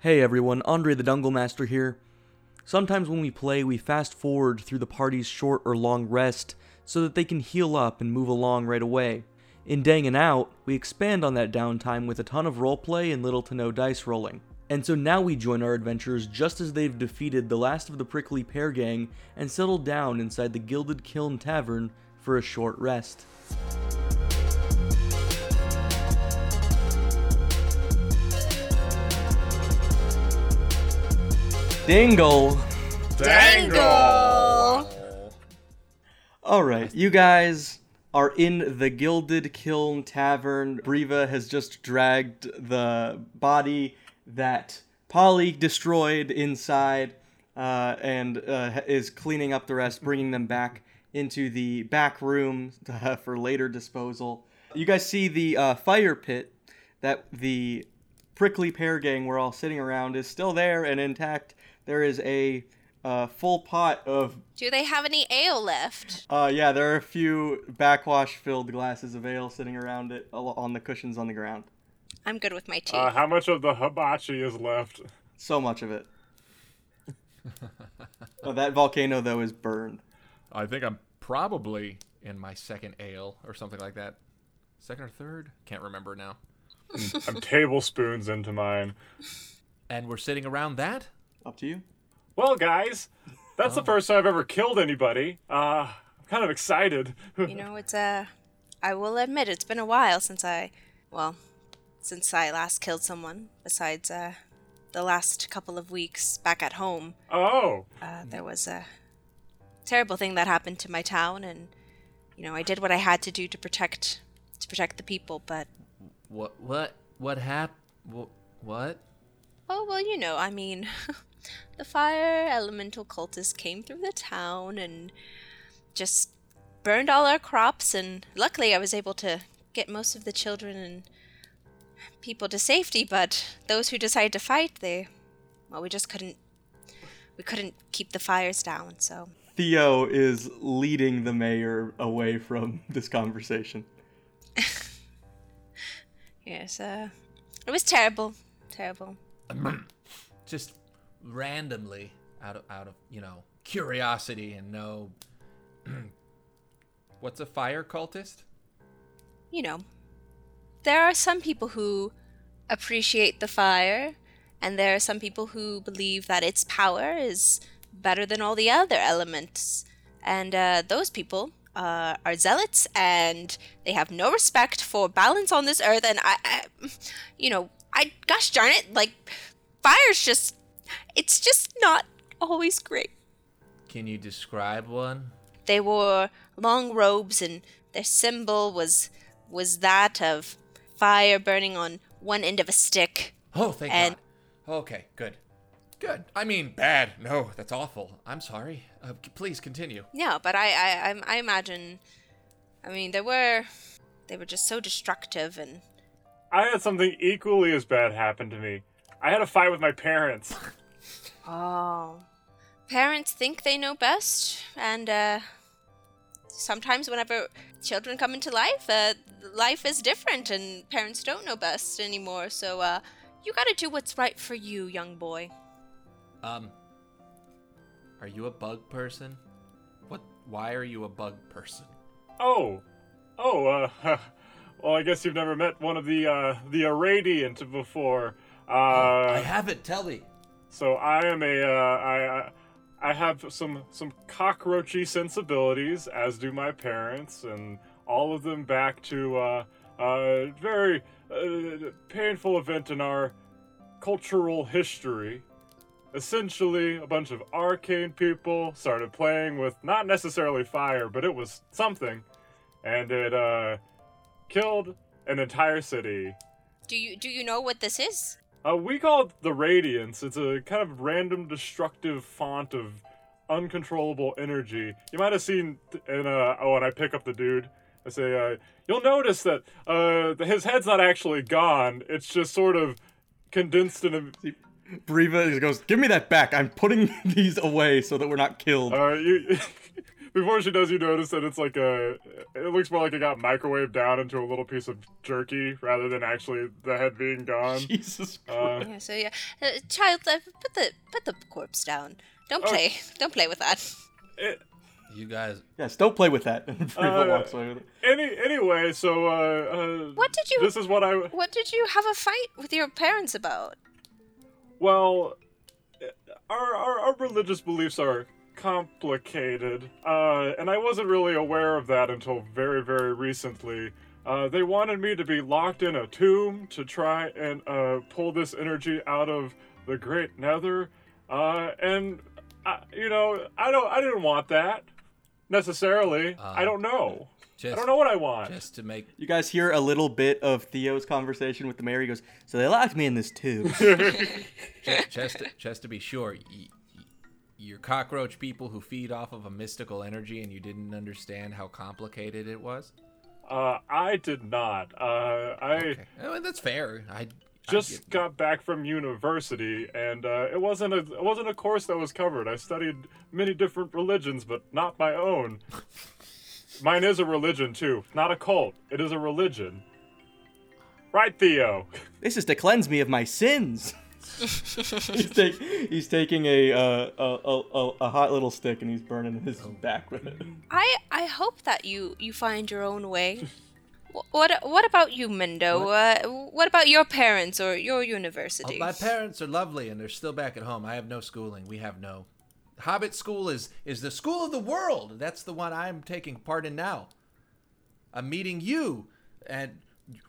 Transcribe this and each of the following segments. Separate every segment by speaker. Speaker 1: Hey everyone, Andre the Dungle Master here. Sometimes when we play, we fast forward through the party's short or long rest so that they can heal up and move along right away. In Dang and Out, we expand on that downtime with a ton of roleplay and little to no dice rolling. And so now we join our adventurers just as they've defeated the last of the Prickly Pear Gang and settled down inside the Gilded Kiln Tavern for a short rest. Dingle!
Speaker 2: Dangle!
Speaker 1: Alright, you guys are in the Gilded Kiln Tavern. Breva has just dragged the body that Polly destroyed inside uh, and uh, is cleaning up the rest, bringing them back into the back room uh, for later disposal. You guys see the uh, fire pit that the prickly pear gang we're all sitting around is still there and intact. There is a uh, full pot of
Speaker 2: Do they have any ale left?
Speaker 1: uh, yeah, there are a few backwash filled glasses of ale sitting around it al- on the cushions on the ground.
Speaker 2: I'm good with my tea.
Speaker 3: Uh, how much of the hibachi is left?
Speaker 1: So much of it. Oh, that volcano, though, is burned.
Speaker 4: I think I'm probably in my second ale or something like that. Second or third? Can't remember now.
Speaker 3: I'm tablespoons into mine.
Speaker 4: And we're sitting around that?
Speaker 1: Up to you.
Speaker 3: Well, guys, that's the first time I've ever killed anybody. Uh, I'm kind of excited.
Speaker 2: you know, it's Uh, I will admit, it's been a while since I, well, since I last killed someone. Besides, uh, the last couple of weeks back at home,
Speaker 3: oh,
Speaker 2: uh, there was a terrible thing that happened to my town, and you know, I did what I had to do to protect to protect the people. But
Speaker 4: What? What? What happened? What?
Speaker 2: oh well, you know, I mean, the fire elemental cultists came through the town and just burned all our crops and luckily I was able to get most of the children and people to safety but those who decided to fight they well we just couldn't we couldn't keep the fires down so
Speaker 1: Theo is leading the mayor away from this conversation.
Speaker 2: yes uh it was terrible terrible
Speaker 4: Just randomly, out of out of you know curiosity and no. What's a fire cultist?
Speaker 2: you know, there are some people who appreciate the fire, and there are some people who believe that its power is better than all the other elements. And uh, those people uh, are zealots, and they have no respect for balance on this earth. And I, I you know, I gosh darn it, like fire's just, it's just not always great.
Speaker 4: Can you describe one?
Speaker 2: They wore long robes, and their symbol was was that of fire burning on one end of a stick.
Speaker 4: Oh, thank
Speaker 2: And-
Speaker 4: God. Okay, good. Good. I mean, bad. No, that's awful. I'm sorry. Uh, c- please continue.
Speaker 2: Yeah, but I I, I, I imagine, I mean, they were they were just so destructive, and
Speaker 3: I had something equally as bad happen to me. I had a fight with my parents.
Speaker 2: oh, parents think they know best, and uh, sometimes whenever children come into life, uh, life is different, and parents don't know best anymore. So uh, you gotta do what's right for you, young boy.
Speaker 4: Um, are you a bug person? What? Why are you a bug person?
Speaker 3: Oh, oh, uh, well, I guess you've never met one of the uh, the irradiant before. Uh,
Speaker 4: I haven't. Tell me.
Speaker 3: So I am a uh, I I have some some cockroachy sensibilities, as do my parents, and all of them back to uh, a very uh, painful event in our cultural history. Essentially, a bunch of arcane people started playing with not necessarily fire, but it was something, and it uh, killed an entire city.
Speaker 2: Do you do you know what this is?
Speaker 3: Uh, we call it the Radiance. It's a kind of random destructive font of uncontrollable energy. You might have seen th- in uh oh, and I pick up the dude. I say, uh, you'll notice that uh, his head's not actually gone. It's just sort of condensed in a.
Speaker 1: Breva goes, Give me that back. I'm putting these away so that we're not killed.
Speaker 3: Uh, you, before she does, you notice that it's like a. It looks more like it got microwaved down into a little piece of jerky rather than actually the head being gone.
Speaker 1: Jesus
Speaker 3: Uh,
Speaker 1: Christ.
Speaker 2: Yeah, so yeah, uh, child, uh, put the put the corpse down. Don't
Speaker 3: Oh.
Speaker 2: play, don't play with that.
Speaker 3: it,
Speaker 4: You guys,
Speaker 1: yes, don't play with that. Riva
Speaker 3: Uh,
Speaker 1: walks away with it.
Speaker 3: any anyway, so uh, uh,
Speaker 2: What did you-
Speaker 3: This is what I.
Speaker 2: What did you have a fight with your parents about?
Speaker 3: Well, our, our, our religious beliefs are complicated, uh, and I wasn't really aware of that until very, very recently. Uh, they wanted me to be locked in a tomb to try and uh, pull this energy out of the Great Nether, uh, and I, you know, I don't, I didn't want that necessarily. I
Speaker 4: Um,
Speaker 3: don't know. I
Speaker 4: just
Speaker 3: don't know what I want.
Speaker 4: just to make
Speaker 1: You guys hear a little bit of Theo's conversation with the mayor. He goes, "So they locked me in this tube."
Speaker 4: just just to, just to be sure, y- y- you're cockroach people who feed off of a mystical energy, and you didn't understand how complicated it was.
Speaker 3: Uh, I did not. Uh, I.
Speaker 4: Okay, well, that's fair. I I
Speaker 3: just
Speaker 4: get-
Speaker 3: got back from university and uh, it wasn't a it wasn't a course that was covered i studied many different religions but not my own mine is a religion too not a cult it is a religion right theo
Speaker 1: This is to cleanse me of my sins. he's, take, he's taking a, uh, a, a, a a hot little stick and he's burning his back with it.
Speaker 2: I I hope that you you find your own way. Wh- What what about you, Mendo? What, uh, what about your parents or your
Speaker 4: Oh,
Speaker 2: university?
Speaker 4: my parents are lovely, and they're still back at home. I have no schooling. We have no. Hobbit school is is the school of the world. That's the one I'm taking part in now. I'm meeting you, and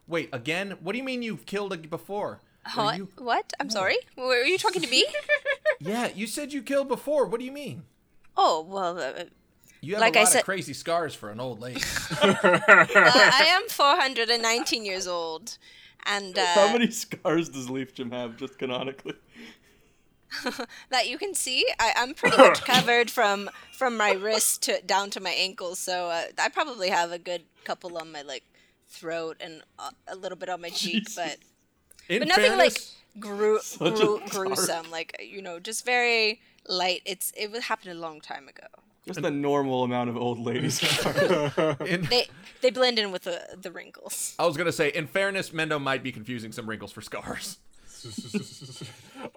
Speaker 4: wait again. What do you mean you've killed a, before? Were
Speaker 2: Huh?
Speaker 4: you-
Speaker 2: What? I'm sorry. Were you talking to me?
Speaker 4: yeah, you said you killed before. What do you mean?
Speaker 2: oh well, uh,
Speaker 4: You have
Speaker 2: Like
Speaker 4: a
Speaker 2: I
Speaker 4: lot
Speaker 2: said-
Speaker 4: of crazy scars for an old lady.
Speaker 2: uh, I am 419 years old, and uh,
Speaker 1: How many scars does Leaf Jim have, just canonically?
Speaker 2: that you can see, I, I'm pretty much covered from from my wrist to down to my ankles. So uh, I probably have a good couple on my like throat and uh, a little bit on my cheek, but
Speaker 4: In
Speaker 2: but nothing
Speaker 4: fairness-
Speaker 2: like gru-
Speaker 1: Such a
Speaker 2: gru-
Speaker 1: dark-
Speaker 2: gruesome. Like you know, just very light. It's it would- happened a long time ago.
Speaker 1: Just the normal amount of old lady scars.
Speaker 4: in-
Speaker 2: They they blend in with the the wrinkles.
Speaker 4: I was gonna say, in fairness, Mendo might be confusing some wrinkles for scars.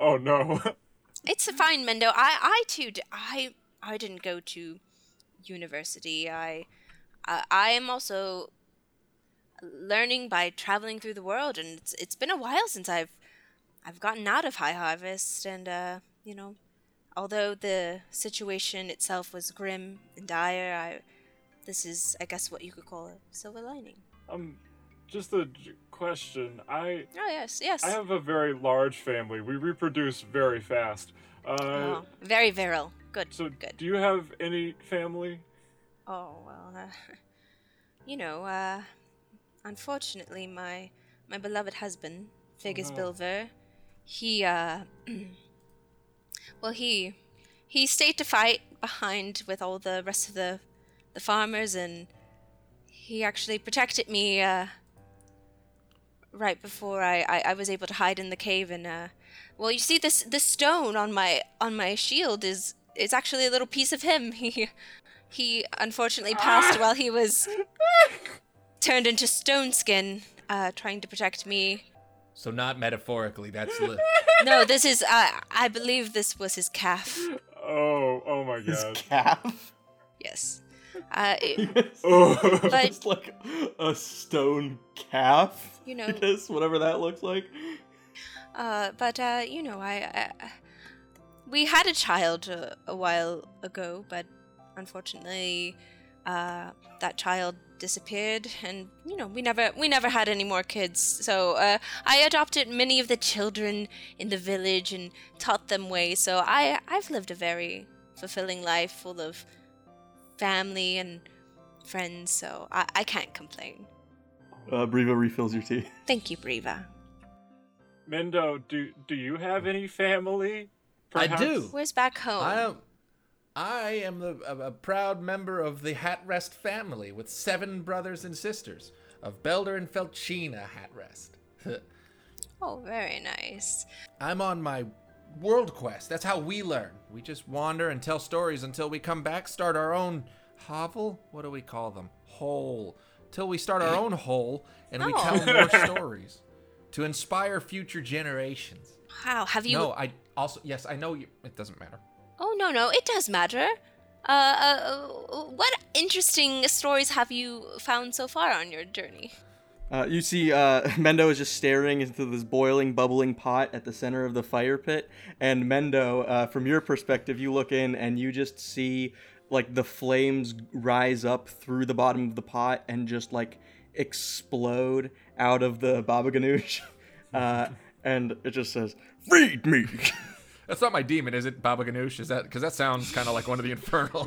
Speaker 3: oh no
Speaker 2: It's fine, Mendo. I I too d- I I didn't go to university. I I I am also learning by traveling through the world, and it's it's been a while since I've I've gotten out of High Harvest, and uh, you know, although the situation itself was grim and dire, I this is I guess what you could call a silver lining.
Speaker 3: um just a j- question i
Speaker 2: Oh yes, yes.
Speaker 3: i have a very large family we reproduce very fast uh
Speaker 2: oh, very virile. Good.
Speaker 3: so
Speaker 2: good.
Speaker 3: do you have any family
Speaker 2: Oh well, uh, you know, uh, unfortunately, my my beloved husband, Figgis
Speaker 3: no.
Speaker 2: Bilver, he uh, well, he he stayed to fight behind with all the rest of the the farmers, and he actually protected me uh, right before I, I I was able to hide in the cave. And uh, well, you see, this this stone on my on my shield is is actually a little piece of him. He he unfortunately passed while he was turned into stone skin, uh, trying to protect me.
Speaker 4: So not metaphorically. That's li-
Speaker 2: No, this is, uh, I believe this was his calf.
Speaker 3: oh oh my
Speaker 1: his
Speaker 3: god
Speaker 1: calf.
Speaker 2: Yes. Uh, it-
Speaker 3: Oh.
Speaker 2: But-
Speaker 1: Just like a stone calf.
Speaker 2: You know-
Speaker 1: I guess, whatever that looks like.
Speaker 2: uh, but, uh, you know, I, I. We had a child uh, a while ago, but unfortunately, uh, that child disappeared, and you know we never we never had any more kids. So uh, I adopted many of the children in the village and taught them ways. So I I've lived a very fulfilling life, full of family and friends. So I, I can't complain.
Speaker 1: Uh, Breva refills your tea.
Speaker 2: Thank you, Breva.
Speaker 3: Mendo, do do you have any family?
Speaker 4: I do.
Speaker 2: Where's back home?
Speaker 4: I am. I am the, a, a proud member of the Hatrest family with seven brothers and sisters of Belder and Felchina Hatrest.
Speaker 2: Oh, very nice.
Speaker 4: I'm on my world quest. That's how we learn. We just wander and tell stories until we come back, start our own hovel. What do we call them? Hole. Till we start our own hole and we tell more stories to inspire future generations.
Speaker 2: Wow, have you?
Speaker 4: No, I also yes, I know you. It doesn't matter.
Speaker 2: Oh no, no, it does matter. Uh, uh, uh, what interesting stories have you found so far on your journey?
Speaker 1: Uh, you see, uh, Mendo is just staring into this boiling, bubbling pot at the center of the fire pit. And Mendo, uh, from your perspective, you look in and you just see like the flames rise up through the bottom of the pot and just like explode out of the Baba Ganoush. Uh, and it just says, "Feed me."
Speaker 4: That's not my demon, is it? Baba Ganoush? Is that because that sounds kind of like one of the infernal?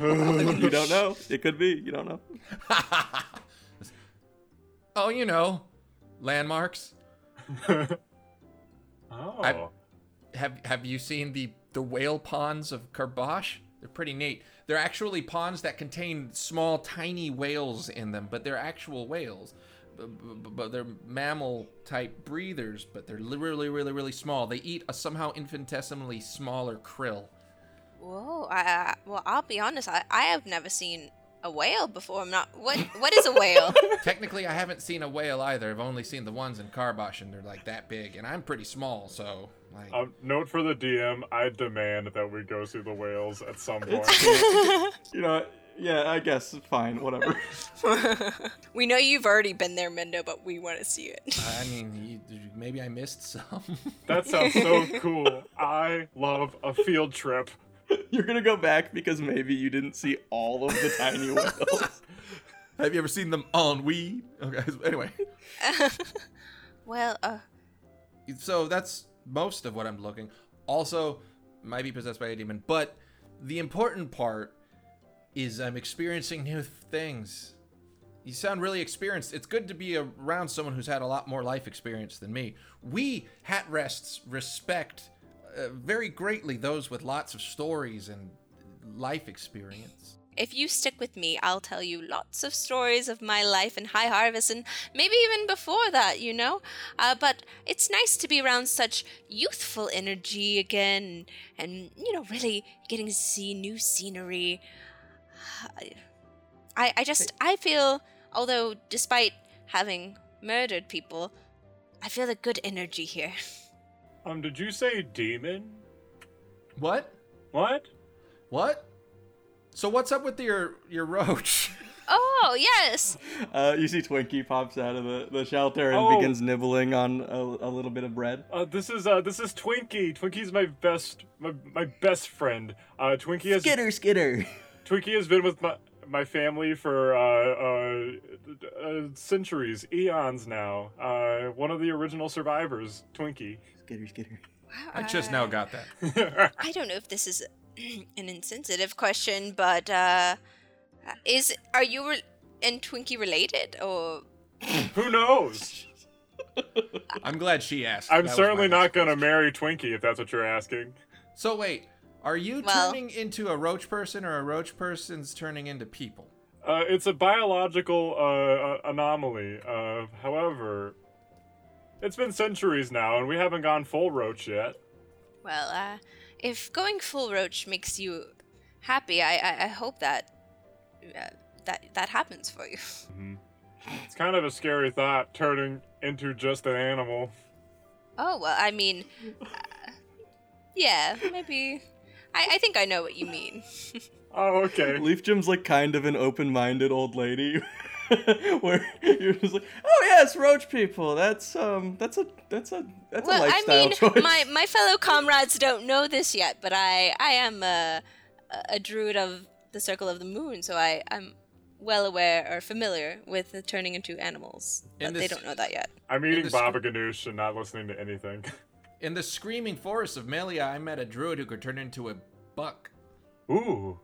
Speaker 1: you don't know. It could be. You don't know.
Speaker 4: oh, you know, landmarks.
Speaker 3: Oh.
Speaker 4: I- Have Have you seen the the whale ponds of Karbash? They're pretty neat. They're actually ponds that contain small, tiny whales in them, but they're actual whales. B- b- b- But they're mammal type breathers, but they're li- really, really, really small. They eat a somehow infinitesimally smaller krill.
Speaker 2: Whoa, I, I well, I'll be honest, I, I have never seen a whale before. I'm not. What What is a whale?
Speaker 4: Technically, I haven't seen a whale either. I've only seen the ones in Karbosh, and they're like that big, and I'm pretty small, so like
Speaker 3: Um, note for the DM: I demand that we go see the whales at some point.
Speaker 1: You know. Yeah, I guess. Fine. Whatever.
Speaker 2: we know you've already been there, Mendo, but we want to see it.
Speaker 4: I mean, you, maybe I missed some.
Speaker 3: that sounds so cool. I love a field trip.
Speaker 1: You're gonna go back because maybe you didn't see all of the tiny whales.
Speaker 4: Have you ever seen them on weed? Okay, anyway,
Speaker 2: well, uh,
Speaker 4: so that's most of what I'm looking. Also, might be possessed by a demon, but the important part is I'm experiencing new things. You sound really experienced. It's good to be around someone who's had a lot more life experience than me. We hat rests respect uh, very greatly those with lots of stories and life experience.
Speaker 2: if you stick with me, I'll tell you lots of stories of my life in High Harvest and maybe even before that, you know? Uh, but it's nice to be around such youthful energy again and, you know, really getting to see new scenery. I, I just, I feel, although despite having murdered people, I feel the good energy here.
Speaker 3: Um, did you say demon?
Speaker 4: What?
Speaker 3: What?
Speaker 4: What? So what's up with your your roach?
Speaker 2: Oh, yes!
Speaker 1: Uh, you see Twinkie pops out of the, the shelter and
Speaker 3: Oh.
Speaker 1: begins nibbling on a, a little bit of bread.
Speaker 3: Uh, this is uh, this is Twinkie. Twinkie's my best, my, my best friend. Uh, Twinkie has
Speaker 1: Skitter, skitter.
Speaker 3: Twinkie has been with my my family for uh, uh, uh, centuries, eons now. Uh, one of the original survivors, Twinkie.
Speaker 1: Skitter, skitter.
Speaker 4: I just
Speaker 2: Uh.
Speaker 4: now got that.
Speaker 2: I don't know if this is an insensitive question, but uh, is are you re- and Twinkie related? Oh, Or
Speaker 3: Who knows?
Speaker 4: I'm glad she asked.
Speaker 3: I'm
Speaker 4: That was
Speaker 3: certainly
Speaker 4: my
Speaker 3: not
Speaker 4: next
Speaker 3: going to
Speaker 4: question.
Speaker 3: marry Twinkie if that's what you're asking.
Speaker 4: So wait, are you
Speaker 2: Well-
Speaker 4: turning into a roach person or a roach person's turning into people?
Speaker 3: Uh, it's a biological uh, uh, anomaly. Uh, however, it's been centuries now, and we haven't gone full roach yet.
Speaker 2: well, uh, if going full roach makes you happy, I I, I hope that uh, that that happens for you.
Speaker 3: It's kind of a scary thought, turning into just an animal.
Speaker 2: Oh well, I mean, uh, yeah, maybe. I, I think I know what you mean.
Speaker 3: Oh, okay.
Speaker 1: Leaf Jim's like kind of an open-minded old lady, where you're just like, oh yes, roach people. That's um, that's a that's a that's
Speaker 2: well,
Speaker 1: a
Speaker 2: I
Speaker 1: lifestyle
Speaker 2: mean,
Speaker 1: choice.
Speaker 2: my my fellow comrades don't know this yet, but I I am a a druid of the Circle of the Moon, so I I'm well aware or familiar with the turning into animals,
Speaker 4: In
Speaker 2: but they
Speaker 4: this-
Speaker 2: don't know that yet.
Speaker 3: I'm eating
Speaker 4: the
Speaker 3: Baba Ganoush and not listening to anything.
Speaker 4: In the screaming forest of Melia, I met a druid who could turn into a buck.
Speaker 3: Ooh,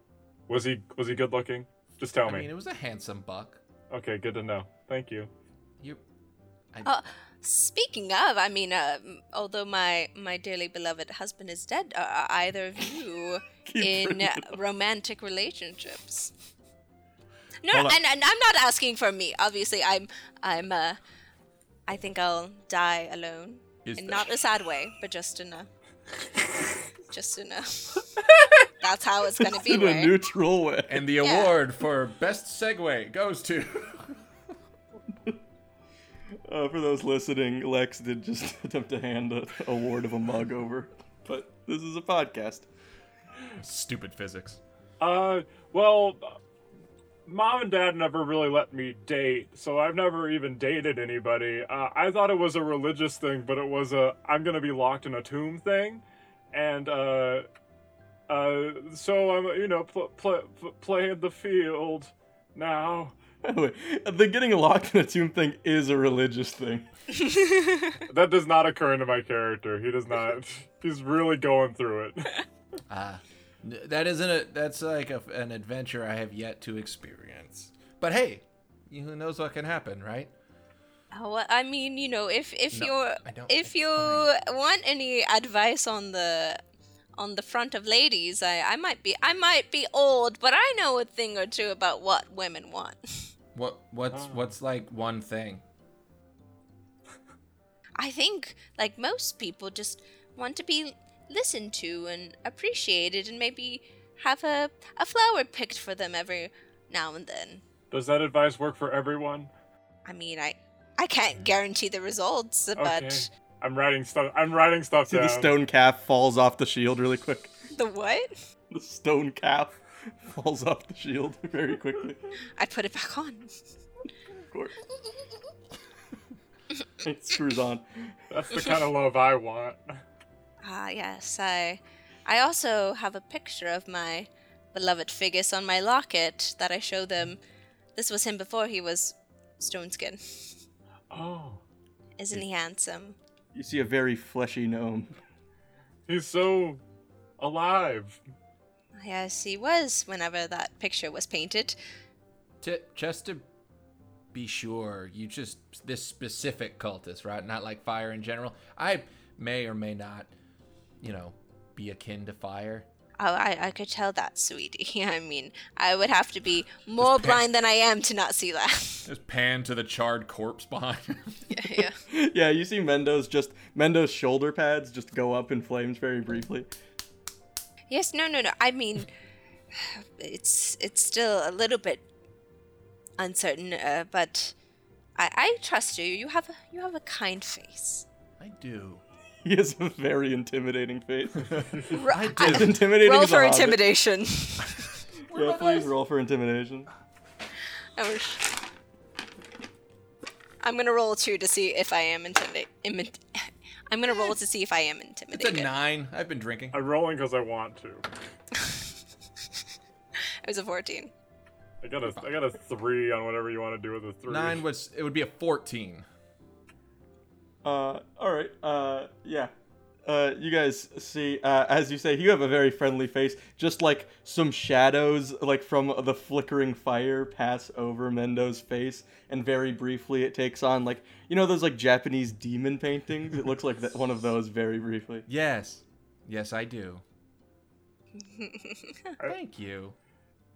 Speaker 3: was he was he good looking? Just tell
Speaker 4: I
Speaker 3: me.
Speaker 4: mean, it was a handsome buck.
Speaker 3: Okay, good to know. Thank you.
Speaker 4: You, I,
Speaker 2: Uh, speaking of, I mean, uh, m- although my my dearly beloved husband is dead, are, are either of you
Speaker 1: Keep
Speaker 2: in
Speaker 1: bringing
Speaker 2: uh,
Speaker 1: it
Speaker 2: romantic relationships? No,
Speaker 4: Hold on.
Speaker 2: and, and I'm not asking for me. Obviously, I'm I'm uh, I think I'll die alone,
Speaker 4: Is
Speaker 2: in
Speaker 4: that-
Speaker 2: not a sad way, but just in a just in a That's how it's gonna be.
Speaker 1: in a
Speaker 2: Word.
Speaker 1: neutral way.
Speaker 4: And the
Speaker 2: Yeah.
Speaker 4: award for best segue goes to.
Speaker 1: Uh, for those listening, Lex did just attempt to hand a award of a mug over, but this is a podcast.
Speaker 4: Stupid physics.
Speaker 3: Uh, well, mom and dad never really let me date, so I've never even dated anybody. Uh, I thought it was a religious thing, but it was a I'm gonna be locked in a tomb thing, and uh, uh, so I'm you know pl- pl- pl- playing the field now.
Speaker 1: By the way, the getting locked in a tomb thing is a religious thing.
Speaker 3: That does not occur into my character. He does not. He's really going through it.
Speaker 4: Ah, n- that isn't a. That's like a, an adventure I have yet to experience. But hey, you- who knows what can happen, right?
Speaker 2: Oh, well, I mean, you know, if if
Speaker 4: No,
Speaker 2: you're
Speaker 4: I don't.
Speaker 2: if
Speaker 4: It's
Speaker 2: you
Speaker 4: fine.
Speaker 2: want any advice on the on the front of ladies, I I might be I might be old, but I know a thing or two about what women want.
Speaker 4: What what's what's like one thing?
Speaker 2: I think like most people just want to be listened to and appreciated and maybe have a a flower picked for them every now and then.
Speaker 3: Does that advice work for everyone?
Speaker 2: I mean, I I can't guarantee the results, but
Speaker 3: Okay. I'm writing stuff. I'm writing stuff
Speaker 1: See,
Speaker 3: down.
Speaker 1: the stone calf falls off the shield really quick.
Speaker 2: the what?
Speaker 1: The stone calf falls off the shield very quickly.
Speaker 2: I put it back on.
Speaker 1: Of course. it screws on.
Speaker 3: That's the kind of love I want.
Speaker 2: Ah, yes, I. I also have a picture of my beloved Figgis on my locket that I show them. This was him before he was stone skin.
Speaker 3: Oh.
Speaker 2: Isn't he handsome?
Speaker 1: You see a very fleshy gnome.
Speaker 3: He's so alive.
Speaker 2: Yes, he was whenever that picture was painted.
Speaker 4: To, just to be sure, you just this specific cultist, right? Not like fire in general. I may or may not, you know, be akin to fire.
Speaker 2: Oh, I, I could tell that, sweetie. I mean, I would have to be more
Speaker 4: pa-
Speaker 2: blind than I am to not see that.
Speaker 4: Just pan to the charred corpse behind.
Speaker 2: yeah, yeah.
Speaker 1: yeah, you see Mendo's just Mendo's shoulder pads just go up in flames very briefly.
Speaker 2: Yes, no, no, no. I mean, it's it's still a little bit uncertain, uh, but I, I trust you. You have a, you have a kind face.
Speaker 4: I do.
Speaker 1: He has a very intimidating face.
Speaker 2: Ro-
Speaker 4: I
Speaker 2: I-
Speaker 1: As intimidating
Speaker 2: roll
Speaker 1: as a
Speaker 2: for
Speaker 1: hobbit.
Speaker 2: intimidation.
Speaker 1: Yeah, please roll for intimidation.
Speaker 2: I wish- I'm gonna roll two to see if I am intimidated. I'm gonna roll to see if I am
Speaker 4: It's a
Speaker 2: intimidated.
Speaker 4: nine. I've been drinking.
Speaker 3: I'm rolling because I want to.
Speaker 2: It was a fourteen.
Speaker 3: I got a I got a three on whatever you want to do with a three.
Speaker 4: Nine was it would be a fourteen.
Speaker 1: Uh, all right. Uh, yeah. Uh, you guys see, uh, as you say, you have a very friendly face. Just like some shadows, like from the flickering fire, pass over Mendo's face, and very briefly it takes on like you know those like Japanese demon paintings. It looks like that, one of those very briefly.
Speaker 4: Yes. Yes, I do. Thank you.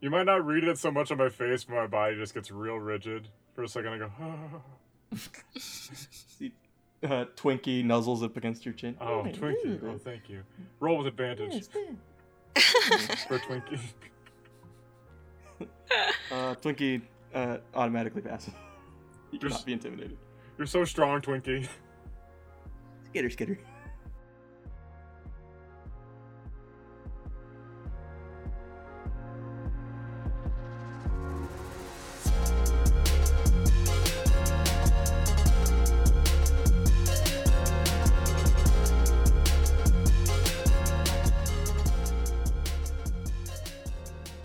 Speaker 3: You might not read it so much on my face, but my body just gets real rigid. For a second, I go,
Speaker 1: See, uh, Twinkie nuzzles up against your chin.
Speaker 3: oh, Twinkie. Oh, thank you. Roll with advantage for Twinkie.
Speaker 1: Uh, Twinkie uh, automatically passes. You cannot
Speaker 3: Just-
Speaker 1: be intimidated.
Speaker 3: You're so strong, Twinkie.
Speaker 1: Skitter, skitter.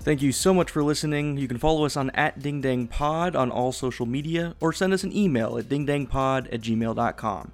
Speaker 1: Thank you so much for listening. You can follow us on at Ding Dang Pod on all social media or send us an email at dingdangpod at gmail.com.